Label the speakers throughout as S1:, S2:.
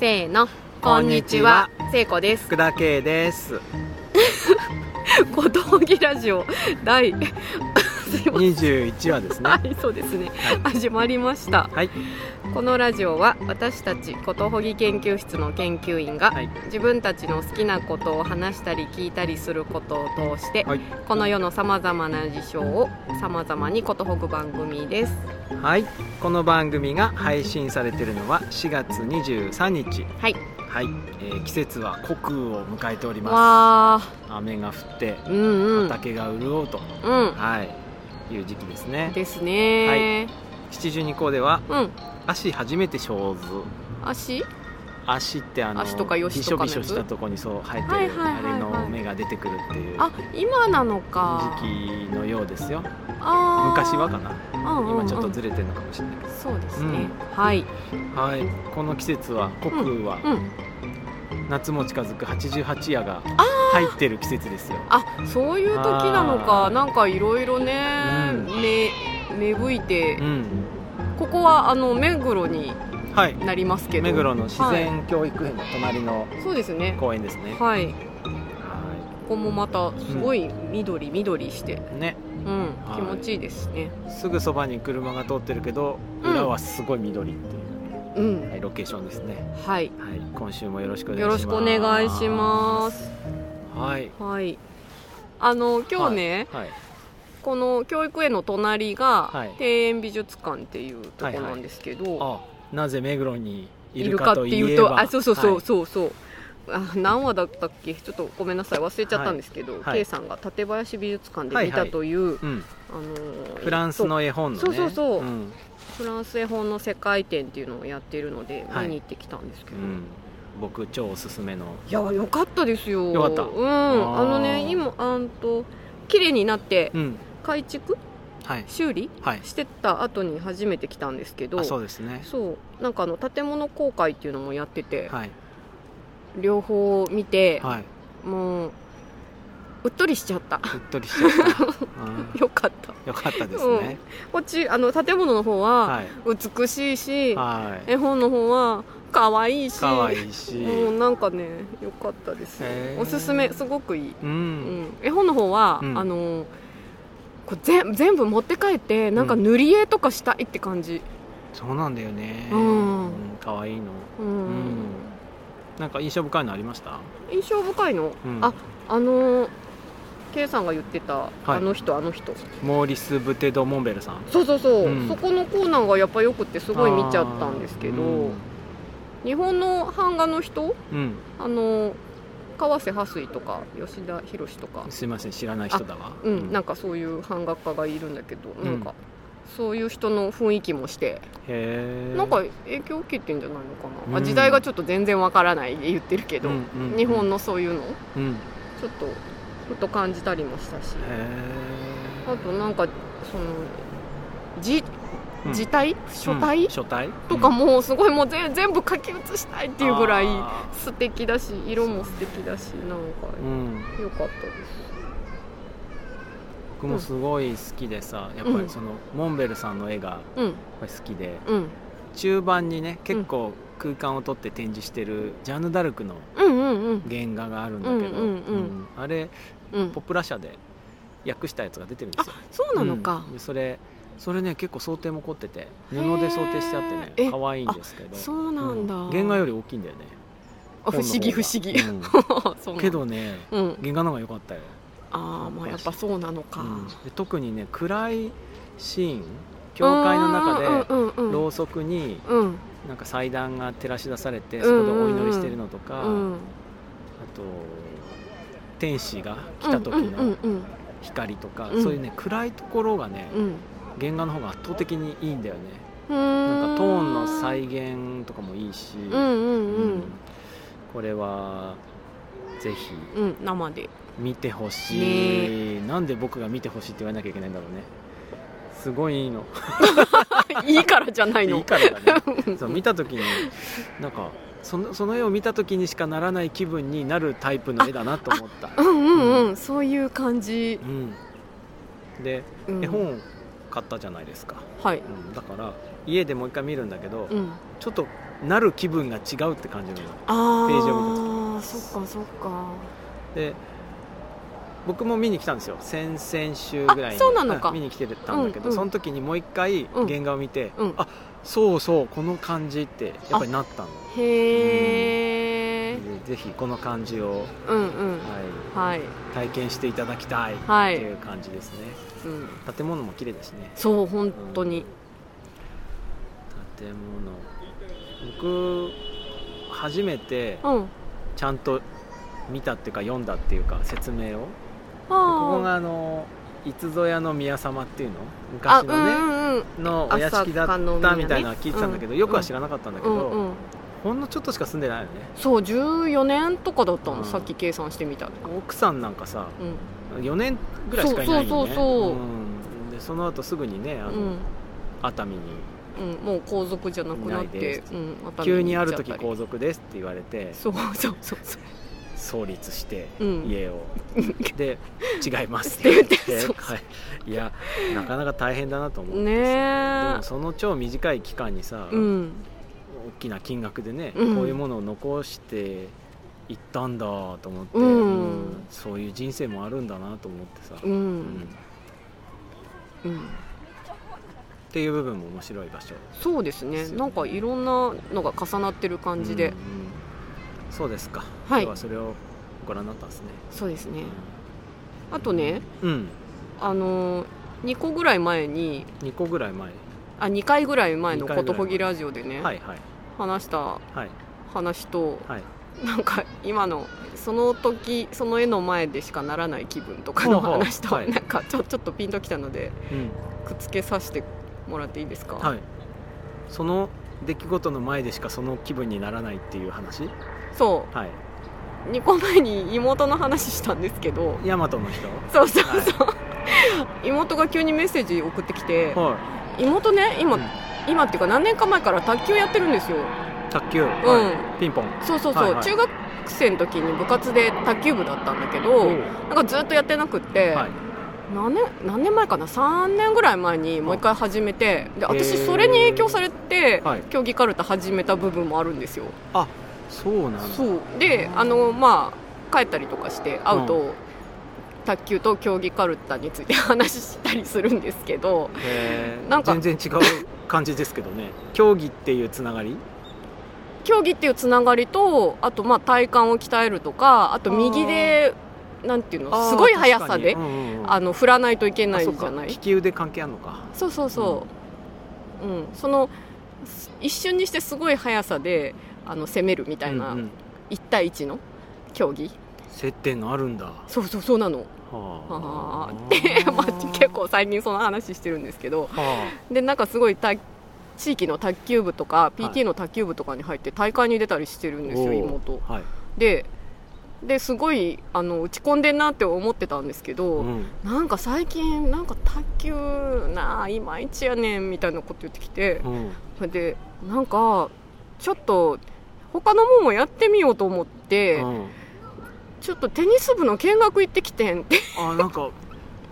S1: せーの
S2: こんにちは
S1: 聖子です
S2: 福田圭です
S1: 小峠ラジオ第すいません
S2: 21話です ね
S1: はいそうですね始まりました
S2: はい
S1: このラジオは私たちことほぎ研究室の研究員が、
S2: はい
S1: 自分たちの好きなことを話したり聞いたりすることを通して、
S2: はい
S1: この世のさまざまな事象をさまざまにことほぐ番組です
S2: はいこの番組が配信されているのは4月23日
S1: はい
S2: はい、えー季節は酷雨を迎えておりま
S1: わ
S2: す雨が降って
S1: ーうんうん
S2: 畑が潤うと、
S1: う
S2: はいいう時期です
S1: ん
S2: ね
S1: ですね
S2: 七十二項では
S1: うん
S2: 足初めて生ず
S1: 足
S2: 足ってあの
S1: 足とかよし
S2: びし
S1: と
S2: ょ
S1: かの
S2: び
S1: やつ
S2: しょしたとこにそう生えてる、
S1: はいはいはいはい
S2: あれの芽が出てくるっていう
S1: あ今なのか
S2: 時期のようですよ
S1: あー
S2: 昔はかな
S1: うんうんうん
S2: 今ちょっとずれてるのかもしれないけ
S1: そうですね、
S2: うん
S1: はい
S2: ど、はい、この季節は国雨は
S1: うん
S2: 夏も近づく88夜が入ってる季節ですよ
S1: あそういう時なのか
S2: あー
S1: なんかいろいろね、
S2: うん
S1: め芽吹いて、
S2: うん
S1: ここはあの目黒に
S2: はい
S1: なりますけど
S2: 目黒の自然教育園の隣の
S1: そうですね
S2: 公園ですね、
S1: はい
S2: は
S1: ここもまたすごい緑緑して、
S2: いね
S1: うん、
S2: はい
S1: 気持ちいいですね
S2: すぐそばに車が通ってるけど
S1: うん
S2: 裏はすごい緑っていう、
S1: うん
S2: はい、ロケーションですね
S1: はい
S2: はい今週もよろしくお願いします
S1: よろしくお願いします
S2: はい
S1: はいあの今日ね、
S2: はい
S1: この教育園の隣が
S2: はい
S1: 庭園美術館っていうとこなんですけど、
S2: あなぜ目黒にい
S1: い
S2: る
S1: る
S2: か
S1: かっ
S2: と
S1: て
S2: いえば
S1: いうとあそうそうそう
S2: はい
S1: そうそう、あ何話だったっけちょっとごめんなさい忘れちゃったんですけど、
S2: い
S1: K
S2: はい
S1: さんが館林美術館で
S2: はい
S1: 見
S2: はい
S1: たという、
S2: うん、
S1: あのー
S2: フランスの絵本のね
S1: そうそうそうそうんそうフランス絵本の世界展っていうのをやっているので
S2: はい
S1: 見に行ってきたんですけ
S2: う
S1: ど、
S2: ん、僕超おすすめの
S1: いやよかったですよ
S2: よかった
S1: うん
S2: ー
S1: あのね今あんと綺麗になって
S2: うん
S1: 改築
S2: はい
S1: 修理
S2: はい
S1: してった後に初めて来たんですけど
S2: あそうですね
S1: そうなんかあの建物公開っていうのもやってて、
S2: はい
S1: 両方見て、
S2: はいう
S1: もううっとりしちゃった
S2: うっとりしちゃった、うん
S1: よかった
S2: よかったですね、
S1: こっちあの建物の方は
S2: はい
S1: 美しいし、
S2: はい
S1: 絵本の方は可愛いし
S2: 可愛いし
S1: もうなんかねよかったですよ
S2: へー
S1: おすすめすごくいい、う
S2: う
S1: ん
S2: ん
S1: 絵本の方は、
S2: うん
S1: あのこうぜん全部持って帰ってなんか塗り絵とかしたいって感じ、
S2: そうなんだよね
S1: うん
S2: うん可愛いの
S1: うん
S2: うんなんか印象深いのありました
S1: 印象深いの、
S2: うん
S1: ああの K さんが言ってた、あの人あの人
S2: モーリス・ブテド・モンベルさん
S1: そうそうそう、
S2: うん
S1: そこのコーナーがやっぱよくってすごい見ちゃったんですけど、
S2: あー
S1: 日本の版画の人
S2: うん、
S1: あの川瀬蓮水とか吉田博とか
S2: うん、すいません知らない人だわ
S1: うん、なん
S2: か
S1: かそういう版画家がいるんだけど
S2: ん
S1: なんか、そういう人の雰囲気もして
S2: へえ
S1: なんか影響を受けてんじゃないのかな、あ
S2: うん
S1: 時代がちょっと全然わからないで言ってるけど、日本
S2: の、
S1: のそういうの
S2: うん、へ
S1: ちょっとふと感じたりもしたし
S2: え
S1: あとなんかその字
S2: うん
S1: 字体、書体、
S2: うん書体
S1: とかもうすごいもう全全部書き写したいっていうぐらい
S2: あ
S1: 素敵だし色も素敵だしなん
S2: ー
S1: か
S2: うん、
S1: 良かったです
S2: 僕もすごい好きでさやっぱりその、モンベルさんの絵がやっ
S1: うん
S2: ぱり好きで
S1: うん
S2: 中盤にね結構空間を取って展示してるジャンヌ・ダルクの
S1: うんうんうん
S2: 原画があるんだけど、
S1: うんうんうん
S2: うんあれ
S1: うん
S2: ポップラ社で訳したやつが出てるんですよ
S1: そうなのか、
S2: うんでそれそれね結構想定も凝ってて布で想定してあって
S1: へ
S2: ね
S1: ーえ
S2: 可愛いんですけど
S1: そうなんだ、
S2: う原画より大きいんだよね
S1: あ不思議不思議、
S2: うん
S1: そうなんだ
S2: けどね
S1: うん
S2: 原画の方が良かったよ、
S1: ああまあやっぱそうなのか、
S2: うんで特にね暗いシーン教会の中で
S1: うんうんうん
S2: ろうそくに
S1: うん
S2: なんか祭壇が照らし出されて
S1: うん
S2: そこでお祈りしてるのとか、
S1: うん
S2: あと天使が来た時の
S1: うんうん
S2: 光とか、
S1: うん
S2: そういうね暗いところがね
S1: うんうん
S2: 原画の方が圧倒的にいいんだよね
S1: う
S2: なん
S1: ん
S2: かトーンの再現とかもいいし、
S1: うんうんう
S2: うん
S1: ん
S2: これはぜひ
S1: うん生で
S2: 見てほしい、なんで僕が見てほしいって言わなきゃいけないんだろうねすごいいいの
S1: いいからじゃないの
S2: いいからだ ねそう見た時になんかそのその絵を見た時にしかならない気分になるタイプの絵だなと思った、
S1: うんうんうんそういう感じ
S2: う、ん、で、
S1: うん、
S2: 絵本買ったじゃないですか、
S1: はい
S2: うん、だから家でもう一回見るんだけど、
S1: うん
S2: ちょっとなる気分が違うって感じるの
S1: あ
S2: ページを見
S1: あそっかそっか
S2: で僕も見に来たんですよ先々週ぐらいに
S1: あそうなのか
S2: うん見に来てたんだけ
S1: う
S2: ど、
S1: んうん
S2: その時にもう一回
S1: うん
S2: 原画を見て、
S1: うん
S2: あそうそうこの感じってやっぱりなったの
S1: へえ
S2: でぜひこの感じを、
S1: うんうん
S2: は
S1: はい、
S2: い、体験していただきたいって
S1: はい
S2: いう感じですね、
S1: うん、
S2: 建物も綺麗だしね
S1: そう本当に
S2: 建物僕初めて
S1: うんあ
S2: ちゃんと見たっていうか読んだっていうか説明をここ
S1: あ
S2: があのいつぞやの宮様っていうの
S1: あ
S2: 昔
S1: うん
S2: のね、
S1: うんうん
S2: のお屋敷だ
S1: 朝霞の
S2: っ
S1: 宮
S2: た
S1: ね
S2: みたいなのは聞いてたんだけど、
S1: うん
S2: よくは知らなかったんだけ
S1: う
S2: ど、
S1: んうん
S2: ほんのちょっとしか住んでないよね
S1: そう14年とかだったの、
S2: うん
S1: さっき計算してみたら
S2: 奥さんなんかさ
S1: うん
S2: 4年ぐらいしかいないよね
S1: そうそうそうそうん
S2: でその後すぐにねあの、
S1: うん
S2: 熱海に
S1: うん、もう皇族じゃなくなっ
S2: いない
S1: て
S2: で、す
S1: うん、熱海
S2: 急に
S1: 行
S2: あ
S1: っ
S2: る
S1: ちゃったり
S2: 時皇族ですって言われて
S1: そうそうそうそう
S2: 創立して
S1: うん
S2: 家を、で違います
S1: って言ってそう
S2: はい、いやなかなか大変だなと思って
S1: ね
S2: で
S1: え
S2: もその超短い期間にさ、
S1: うん
S2: 大きな金額でね、
S1: うん
S2: こういうものを残していったんだと思って、
S1: うん
S2: そういう人生もあるんだなと思ってさ、
S1: うん、
S2: うんっ
S1: うん、
S2: ていう部分も面白い場所
S1: そうです
S2: で
S1: ね
S2: すよね
S1: なんかいろんなのが重なってる感じで、
S2: うんうんそうですか、
S1: はい
S2: 今日はそれをご覧になったんですね
S1: そうですねあとね
S2: うん
S1: あのー2個ぐらい前に
S2: 2個ぐらい前
S1: あ2回ぐらい前の「
S2: 二回
S1: こ
S2: ぐ
S1: と
S2: らい前
S1: ほぎラジオ」でね、
S2: はいはい
S1: 話した
S2: はい
S1: 話と
S2: はい
S1: なんか今のその時その絵の前でしかならない気分とかの
S2: ほうほう
S1: 話と、
S2: はい
S1: なんかちょちょっとピンときたので
S2: う
S1: く
S2: ん
S1: っつけさせてもらっていいですか、
S2: はいその出来事の前でしかその気分にならないっていう話
S1: そ
S2: はいう
S1: 2個前に妹の話したんですけど
S2: 大和の人
S1: そうそう
S2: はい
S1: そう、妹が急にメッセージ送ってきて
S2: は
S1: 妹ね
S2: い、
S1: 今、
S2: うん
S1: 今っていうか何年か前から卓球やってるんですよ
S2: 卓球、はいピンポン
S1: そうそうそう、
S2: はいはい
S1: 中学生の時に部活で卓球部だったんだけど、なんかずっとやってなくって、
S2: はい
S1: 何年何年前かな3年ぐらい前にもう一回始めてで私
S2: へー
S1: それに影響されて、
S2: はい
S1: 競技かるた始めた部分もあるんですよ
S2: そうなんだ
S1: そうであのまあ帰ったりとかして会うと、卓球と競技かるたについて話したりするんですけど
S2: へー
S1: なんか
S2: 全然違う感じですけどね競技っていうつながり
S1: 競技っていうつながりとあとまあ体幹を鍛えるとかあと右でなんていうのすごい速さで
S2: あー確かにうんうんうん
S1: あの振らないといけないじ
S2: あそ
S1: ゃ
S2: うか
S1: ない
S2: 利き腕関係あるのか
S1: そうそうそう、うんそのす一瞬にしてすごい速さであの攻めるみたいな
S2: うんうん
S1: 1対1の競技、
S2: 接点があるんだは
S1: そうそうそうなの
S2: あ
S1: あーって、 まあ、結構最近その話してるんですけど
S2: は
S1: でなんかすごいた地域の卓球部とか
S2: い
S1: PT の卓球部とかに入って大会に出たりしてる
S2: あ
S1: んですよ、
S2: おー
S1: 妹
S2: はい、
S1: でですごいあの打ち込んでんなって思ってたんですけど、
S2: うん
S1: なんか最近なんか卓球なあいまいちやねんみたいなこと言ってきて、
S2: うん、
S1: でなんかちょっと他のもんもやってみようと思って、
S2: うん
S1: ちょっとテニス部の見学行ってきてんって
S2: あーなんか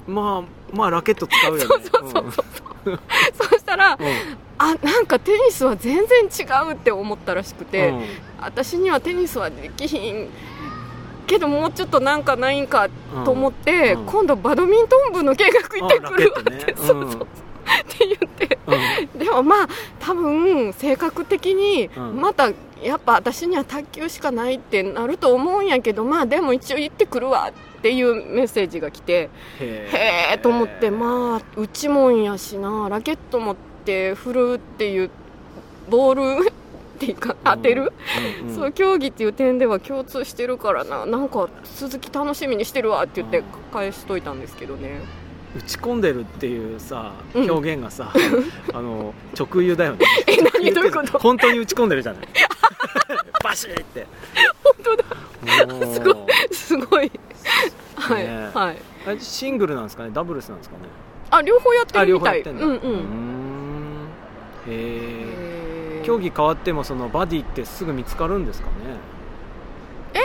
S2: まあまあラケット使うよね
S1: そうそうそうそしたら
S2: うんうん
S1: あなんかテニスは全然違うって思ったらしくて、
S2: うん
S1: 私にはテニスはできひんけどもうちょっとなんかないんかと思って、
S2: うんうん
S1: 今度バドミントン部の見学行ってくるわって、
S2: あラケットね
S1: そう
S2: うん
S1: そうそうって言ってでもまあ多分性格的に
S2: うん
S1: またやっぱ私には卓球しかないってなると思うんやけどまあでも一応行ってくるわっていうメッセージが来てへえと思って
S2: あ
S1: まあ打ちもんやしなラケット持って振るっていうボール っていうか当てる、、
S2: うんうん
S1: そう競技っていう点では共通してるからななんか鈴木楽しみにしてるわって言って
S2: うん
S1: 返しといたんですけどね
S2: 打ち込んでるっていうさ
S1: うん
S2: 表現がさ、あの直輸だよね
S1: え何どういう
S2: 直
S1: こ
S2: 輸って
S1: と
S2: 本当に打ち込んでるじゃ ないバシーって本当だ
S1: すごすごいはい、
S2: ねえ
S1: はい
S2: シングルなんですかねダブルスなんですかね
S1: あ両方やって
S2: あ
S1: る
S2: 両
S1: み
S2: 方
S1: た
S2: や
S1: い
S2: ってんだ
S1: うん
S2: うー
S1: うん
S2: んへえ
S1: へー
S2: 競技変わってもそのバディってすぐ見つかるんですかね
S1: え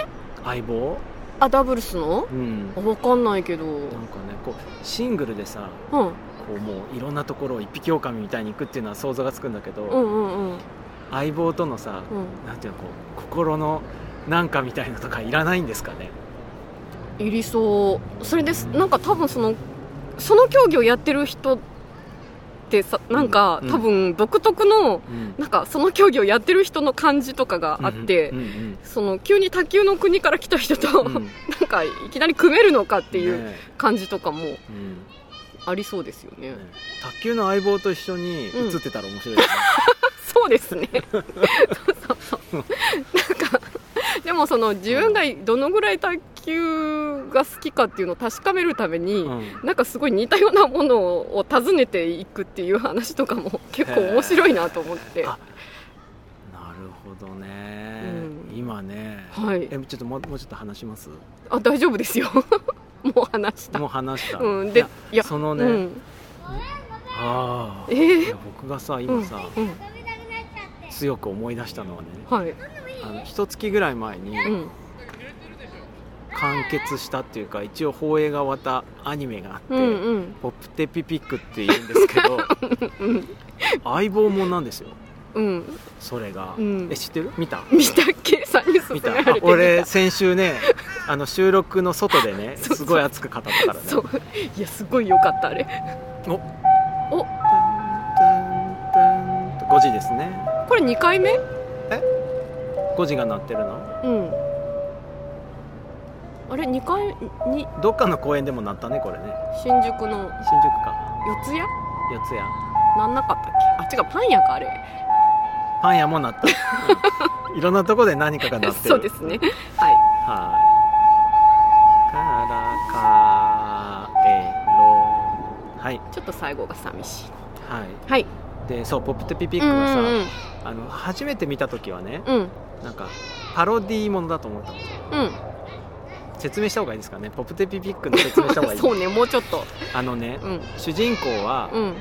S2: 相棒
S1: あダブルスの
S2: うん
S1: あわかんないけどうん
S2: なんかねこうシングルでさこうもういろんなところを一匹狼みたいに行くっていうのは想像がつくんだけど、
S1: うんうんうん
S2: 相棒とのさ、
S1: う
S2: なんていうのこう心のなんかみたいなとかいらないんですかね
S1: ん、いりそうそれですなんか多分そのその競技をやってる人ってさなんか、
S2: うん
S1: 多分独特の
S2: うん
S1: なんかその競技をやってる人の感じとかがあって、
S2: うんうん
S1: その急に卓球の国から来た人と、
S2: うん
S1: なんかいきなり組めるのかっていう
S2: ね
S1: 感じとかも
S2: えうん
S1: ありそうですよね。
S2: ね卓球の相棒と一緒に映ってたら面白いよね、
S1: そうですね。そうそうそう。なんか、でもその自分がどのぐらい卓球が好きかっていうのを確かめるために、
S2: うん
S1: なんかすごい似たようなものを訪ねていくっていう話とかも結構面白いなと思って。
S2: あなるほどね、
S1: うん
S2: 今ね、
S1: はい
S2: え。ちょっともうもうちょっと話します
S1: あ、大丈夫ですよ。 もう話した。
S2: もう話した、
S1: うん。で
S2: いや、
S1: いや、
S2: そのね、
S1: うん。
S2: ああ
S1: えー
S2: いや僕がさ今さ、
S1: うんうん。
S2: 強く思い出したのはね
S1: はい。
S2: あの一月ぐらい前に
S1: うん。
S2: 完結したっていうか、一応放映が終わったアニメがあって「
S1: うんうん。
S2: ポップテピピック」って言うんです けど相棒もんなんですよ
S1: うん。
S2: それが、
S1: うん
S2: え知ってる見た
S1: 見た計算に進
S2: 見
S1: め
S2: た
S1: られて
S2: あ
S1: みた
S2: 俺先週ねあの収録の外でね
S1: そうそう
S2: すごい熱く語ったからね
S1: そう。いや、すごい良かった、あれ。
S2: 5時ですね
S1: これ2回目
S2: 5時が鳴ってるの
S1: うん。あれ、2階に
S2: どっかの公園でも鳴ったねこれね
S1: 新宿の
S2: 新宿か
S1: 四ツ谷
S2: 四ツ谷
S1: なんなかったっけあ、違う、パン屋か、あれ。
S2: パン屋も鳴った、うんいろんなとこで何かが鳴って る
S1: そうです ね。はい。
S2: はいからかえろはい
S1: ちょっと最後が寂しい。
S2: はい
S1: はい。
S2: でそう「ポップテピピ
S1: ピ
S2: ック」はさ、あの初めて見た時はね
S1: うんうん。
S2: なんかパロディーものだと思ったの
S1: うん。
S2: 説明した方がいいですかね「ポップテピピック」の説明した方が
S1: う
S2: い
S1: ん。
S2: い
S1: そうね、もうちょっと。
S2: あのね
S1: うん。
S2: 主人公は、
S1: うん。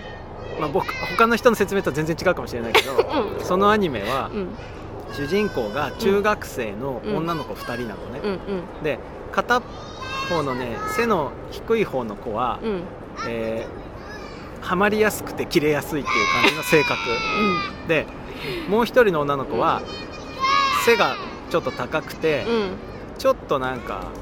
S2: まあ、僕他の人の説明とは全然違うかもしれないけど
S1: うん。
S2: そのアニメは
S1: うん。
S2: 主人公が中学生の女の子2人なのね、
S1: うん。うん。
S2: で片方のね背の低い方の子は、
S1: うん。
S2: えーハマりやすくて切れやすいっていう感じの 性格でもう一人の女の子は背がちょっと高くて
S1: うん。うん。
S2: ちょっとなんか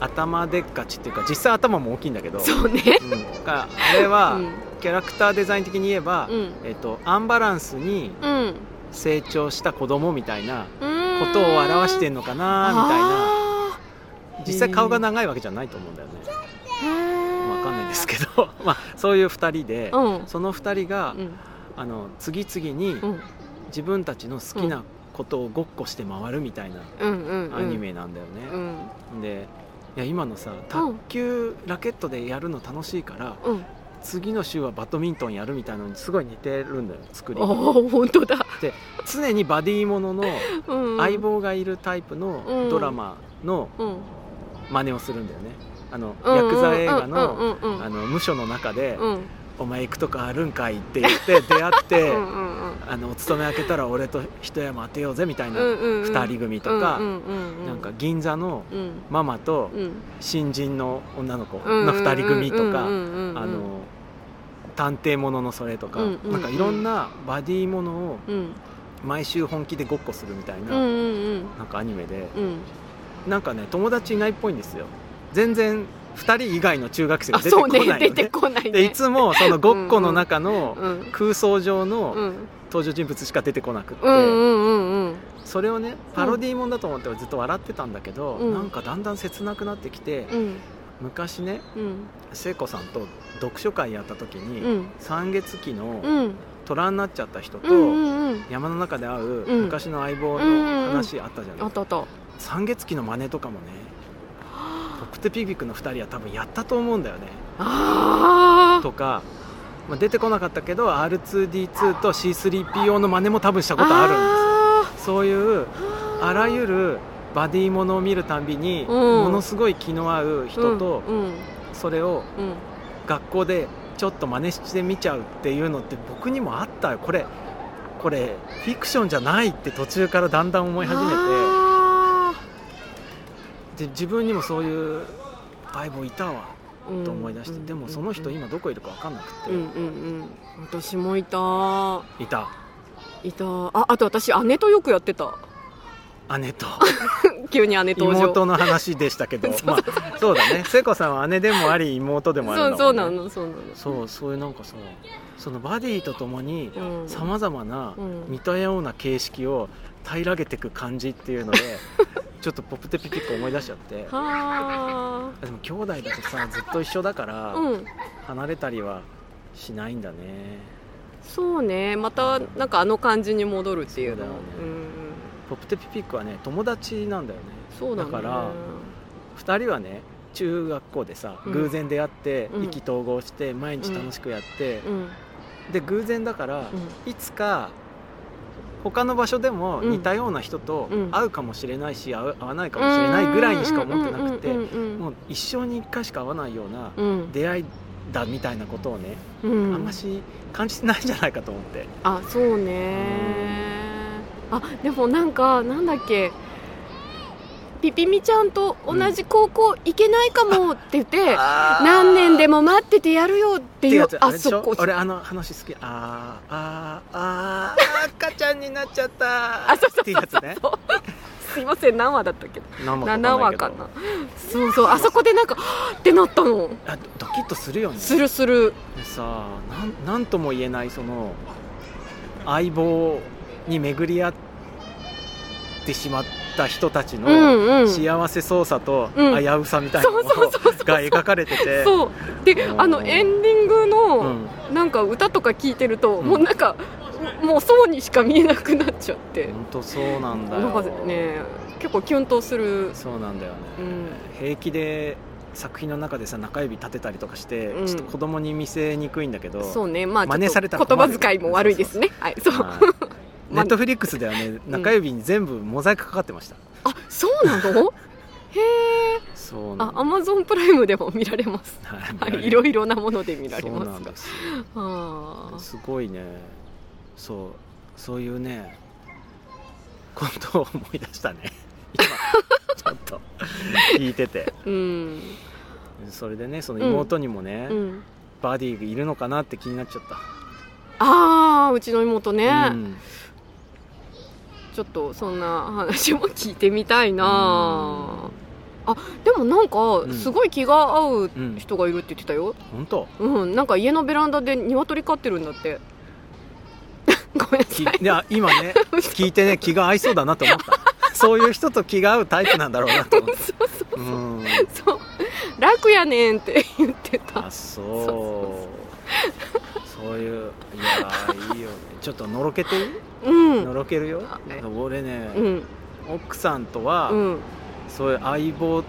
S2: 頭でっかちっていうか実際頭も大きいんだけど、
S1: そうね。
S2: うん、だからあれ
S1: う
S2: は、
S1: ん。
S2: キャラクターデザイン的に言えば、
S1: うん。
S2: えっとアンバランスに
S1: うん。
S2: 成長した子供みたい
S1: うん
S2: なことを表してんのかなみたいな
S1: あ
S2: 実際顔が長いわけじゃないと思うんだよね
S1: ーへー
S2: わかんないですけど まあそういう2人で
S1: うん。
S2: その2人が
S1: うん。
S2: あの次々に
S1: うん。
S2: 自分たちの好きなことをごっこして回るみたいな
S1: うんうん。
S2: アニメなんだよ
S1: う
S2: ね、
S1: ん。
S2: でいや今のさ卓球ラケットでやるの楽しいから
S1: うん。
S2: 次の週はバドミントンやるみたいなのにすごい似てるんだよ作り
S1: ああ、本当だ。
S2: 常にバディーものの
S1: うん。
S2: 相。棒がいるタイプのドラマの
S1: うん。
S2: 真似をするんだよねあのヤクザ映画の
S1: うんうんうん
S2: あの無所の中で
S1: うん。うん。
S2: 「お前行くとかあるんかい」って言って出会っ
S1: う
S2: て
S1: んうんうん。
S2: あのお勤め開けたら俺と一山当てようぜみたいな
S1: うんうんうん
S2: 2人組とか
S1: うんうんうん、
S2: なんか銀座の
S1: うん
S2: ママと
S1: うん
S2: 新人の女の子
S1: うん
S2: の2人組とか
S1: うんうんうんうん
S2: あの探偵もののそれとか
S1: うんうんうん
S2: なんかいろんなバディものを
S1: うん
S2: 毎週本気でごっこするみたい
S1: うんう
S2: なん
S1: うん
S2: なんかアニメで
S1: うん
S2: なんかね友達いないっぽいんですよ全然2人以外の中学生が
S1: あ
S2: 出て
S1: そ
S2: こ
S1: う
S2: ない
S1: ね
S2: の
S1: 出
S2: ね
S1: てこないね
S2: でいつもそのごっこの中の
S1: うん
S2: 空想上
S1: う
S2: の
S1: ん
S2: 登場人物しか出てこなくって、
S1: うんうんうん
S2: それをねパロディーもんだと思ってずっと笑ってたんだけど、
S1: うん
S2: なんかだんだん切なくなってきて、
S1: うん
S2: 昔ね
S1: うん
S2: 聖子さんと読書会やった時
S1: うんう
S2: に、
S1: ん
S2: 三月期の
S1: うん
S2: 虎になっちゃった人と、
S1: うんうんうん
S2: 山の中で会う
S1: うん
S2: 昔の相棒の話あったじゃな
S1: あ
S2: い、
S1: ったあった
S2: 三月期の真似とかもねポプテピピクの2人は多分やったと思うんだよね
S1: あー
S2: とか、まあ、出てこなかったけど R2D2 と C3PO の真似も多分したことあるんで
S1: あ
S2: すそういう
S1: ー
S2: あらゆるバディものを見るたんびに、
S1: うん
S2: ものすごい気の合う人と、
S1: うんうん
S2: それを
S1: うん
S2: 学校でちょっと真似してみちゃうっていうのって僕にもあったよこれこれフィクションじゃないって途中からだんだん思い始め
S1: あ
S2: てで自分にもそういう相棒いたわ
S1: ーうん
S2: と思い出して、
S1: うん
S2: でもその人今どこいるか分かんなくて、
S1: うんうんうん私もいた
S2: いた
S1: いたああと私姉とよくやってた
S2: 姉と
S1: 急に姉登場
S2: 妹の話でしたけ どまあそうだね聖子さんは姉でもあり妹でもある
S1: そ
S2: ん
S1: うそう
S2: だ
S1: な
S2: も
S1: ん
S2: ね
S1: のそうな
S2: そうそういうなんかそうそのバディとともに
S1: の、うん、
S2: さまざまな
S1: うん
S2: 似たような形式を平らげていく感じっていう のでちょっとポップテピピック思い出しちゃって
S1: は
S2: でも兄弟だとさずっと一緒だか
S1: あ
S2: ら
S1: うん
S2: 離れたりはしないんだね
S1: そうねまたなんかあの感じに戻るっていうの
S2: そうだよね
S1: うん
S2: ポップテピピックはね友達なんだよね
S1: そうだ,、ね、
S2: だから2人はね中学校でさ
S1: うん
S2: 偶然出会って
S1: うん
S2: 意気投合して毎日楽しくやって
S1: うん
S2: で偶然だからいつか他の場所でも似たような人と
S1: うん
S2: 会うかもしれないし会う会わないかもしれないぐらいにしか思ってなくて
S1: うんうん
S2: もう一生に一回しか会わないような
S1: うんうん
S2: 出会いだみたいなことをね
S1: うん
S2: あんまし感じてないんじゃないかと思って
S1: あそうねあでもなんかなんだっけピピミちゃんと同じ高校行けないかもって言って、何
S2: 何
S1: 年で
S2: も
S1: も待っててやるよっていう
S2: あ
S1: そ
S2: そこ
S1: こ
S2: 俺あの話好きあーあーあー赤ちゃんになっちゃった
S1: あそうそう
S2: っていうやつね
S1: すいません何話だったっけ
S2: 何話
S1: 7話かなそうそうあそこでなんかはぁってなったの
S2: あドドキッとするよね
S1: するする
S2: でさなんなんとも言えないその相棒に巡り合ってしまった人たち
S1: う
S2: の
S1: んうんそう
S2: 幸せ操作と危
S1: うん
S2: うさみたいなもの
S1: そうそうそう
S2: が描かれてて、
S1: であのエンディング
S2: う
S1: の
S2: ん
S1: なんか歌とか聞いてると、
S2: うん
S1: もうなんかもうそうにしか見えなくなっちゃって、
S2: 本当そうなんだよ
S1: なんかね結構キュンとする
S2: そうなんだよね、
S1: うん
S2: 平気で作品の中でさ中指立てたりとかして、
S1: うん
S2: ちょっと子供に見せにくいんだけど
S1: そうねまあ
S2: 真
S1: ちょっ
S2: 似
S1: と
S2: されたら
S1: 言葉
S2: 困る
S1: 遣いも悪いですねはいそう、
S2: はいネ
S1: まあ
S2: ットフリックスではね中指に全部モザイクかかってました、
S1: あそうなのへえ
S2: そうなん
S1: あ
S2: だ
S1: アマゾンプライムでも見られます
S2: はい
S1: は
S2: 見られ
S1: い
S2: る
S1: いろいろなもので見られ
S2: そう
S1: ま
S2: なん
S1: すが
S2: です
S1: あー
S2: すごいねそうそういうねことを思い出したね 今ちょっと聞いてて
S1: うん
S2: それでねその妹にもね、
S1: うん
S2: バディがいるのかなって気になっちゃっ
S1: ああうちの妹ね、
S2: た、うん
S1: ちょっとそんな話も聞いてみたいなあでもなんか
S2: ん
S1: すごい気が合う
S2: うん
S1: 人がいるって言ってたよ
S2: 本当
S1: うん、なんか家のベランダで鶏飼ってるんだって ごめんな
S2: き
S1: さ
S2: い
S1: い
S2: や今ね聞いてね気が合いそうだなと思ったそういう人と気が合うタイプなんだろうなと思ってうん
S1: そう楽やねんって言ってた
S2: あそうそういういやーいいよねちょっとのろけていい
S1: うん
S2: のろけるよ
S1: あえ
S2: 俺ね、
S1: うん
S2: 奥さんとは、
S1: うん
S2: そういう相棒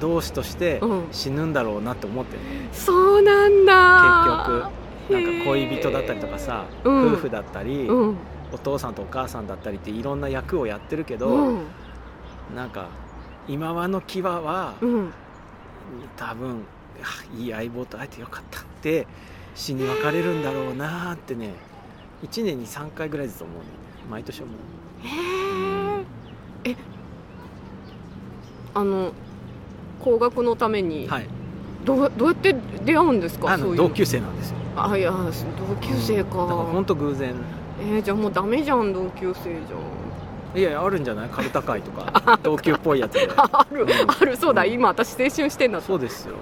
S2: 同士として
S1: うん
S2: 死ぬんだろうなって思ってる、
S1: そうなんだ
S2: 結局なんか恋人だったりとかさ、
S1: うん
S2: 夫婦だったり、
S1: うん
S2: お父さんとお母さんだったりっていろんな役をやってるけど、
S1: うん
S2: なんか今はの際は、
S1: うん
S2: 多分あいい相棒と会えてよかったって死に別れるんだろうなーってね1年に3回ぐらいずつ思うね毎年思う
S1: へええあの高額のために、
S2: はい
S1: どうどうやって出会うんですか
S2: あ
S1: そうい
S2: の
S1: う
S2: 同級生なんですよ
S1: あいや同級生か,、
S2: だから本当偶然
S1: えーじゃあもうダメじゃん同級生じゃん
S2: いやいやあるんじゃないカルタ会と か同級っぽいやつで
S1: あある、
S2: うん
S1: あるそうだ、
S2: うん
S1: 今私青春してんだ
S2: そうですよ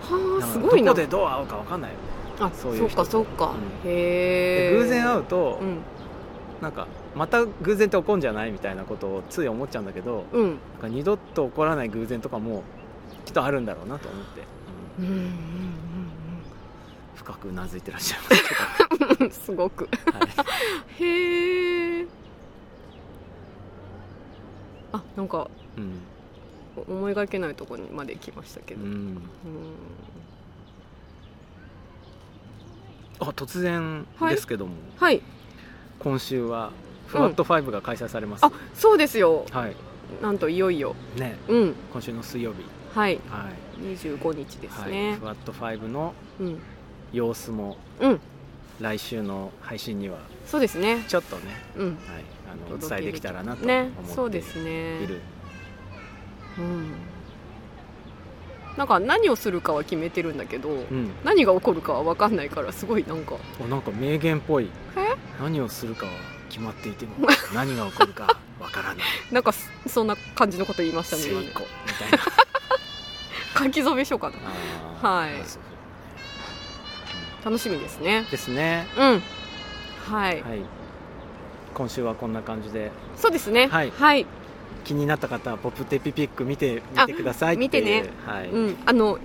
S1: はあ
S2: だから
S1: すごいな
S2: どこでどう会うか分かんないよね
S1: あ
S2: そ
S1: そうう
S2: いう人
S1: かそうか、
S2: う
S1: へえ
S2: で偶然会
S1: う
S2: うと、
S1: うん
S2: なんかまた偶然って怒んじゃないみたいなことをつい思っちゃうんだけど
S1: うん
S2: なんか二度と怒らない偶然とかもきっとあるんだろうなと思って、
S1: うんうん
S2: うん深くうなずいてらっしゃいますけ
S1: うん うんすごく
S2: ど、はい
S1: へえあなんか
S2: うん
S1: 思いがけないところにまで来ましたけ
S2: う
S1: ど、うん
S2: ん、あ突然
S1: はい
S2: ですけども、
S1: はい
S2: 今週はフワット5が開催されます、
S1: あそうですよ
S2: はい
S1: なんといよいよ
S2: ね
S1: うん
S2: 今週の水曜日
S1: はい
S2: はい、
S1: 25日ですね、
S2: はい、フワット5の
S1: うん
S2: 様子も
S1: うん
S2: 来週の配信には
S1: そうですね
S2: ちょっとね、
S1: うん
S2: はい、あのお
S1: 届け
S2: 伝えできたらなと
S1: ね
S2: 思
S1: そう
S2: って
S1: ですね
S2: いる、
S1: うんなんか何をするかは決めてるんだけど、
S2: うん
S1: 何が起こるかは分かんないからすごいなんか
S2: おなんか名言っぽい
S1: え
S2: 何をするかは決まっていて も何が起こるかわからない
S1: なんかそそんな感じのこと言いましたね
S2: 成
S1: 今
S2: 功
S1: ね
S2: みたい な
S1: 書き初めしようかな
S2: あー
S1: はい
S2: そう
S1: 楽しみですね
S2: ですね
S1: うんはい、
S2: はい今週はこんな感じで
S1: そうですね
S2: はい
S1: はい
S2: 気になった方はポップテピピック見て
S1: あ
S2: 見てくださいっていう
S1: 見てね
S2: はい、
S1: うん、あの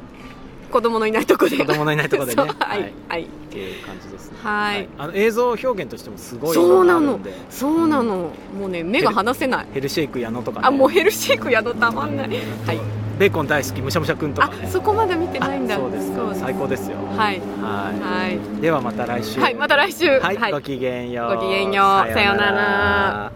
S1: 子供のいないとこで
S2: 子供のいないとこで
S1: そ
S2: ね
S1: うはい、はい
S2: っていう感じですね
S1: はい
S2: あの映像表現としてもすごい
S1: そうなの
S2: のがあるんで
S1: そうなの、もうね目が離せない
S2: ヘルシェイク矢野とかね
S1: あもうヘルシークやのたまんないはい
S2: ベーコン大好きむしゃむしゃくんとか
S1: あ
S2: ね
S1: そこまで見てないんだ
S2: あそうです
S1: そう
S2: か最高ですよ
S1: はい
S2: は
S1: はい
S2: いではまた来週
S1: はいまた来週
S2: はい、ごきげんよう
S1: ごきげんようさようなら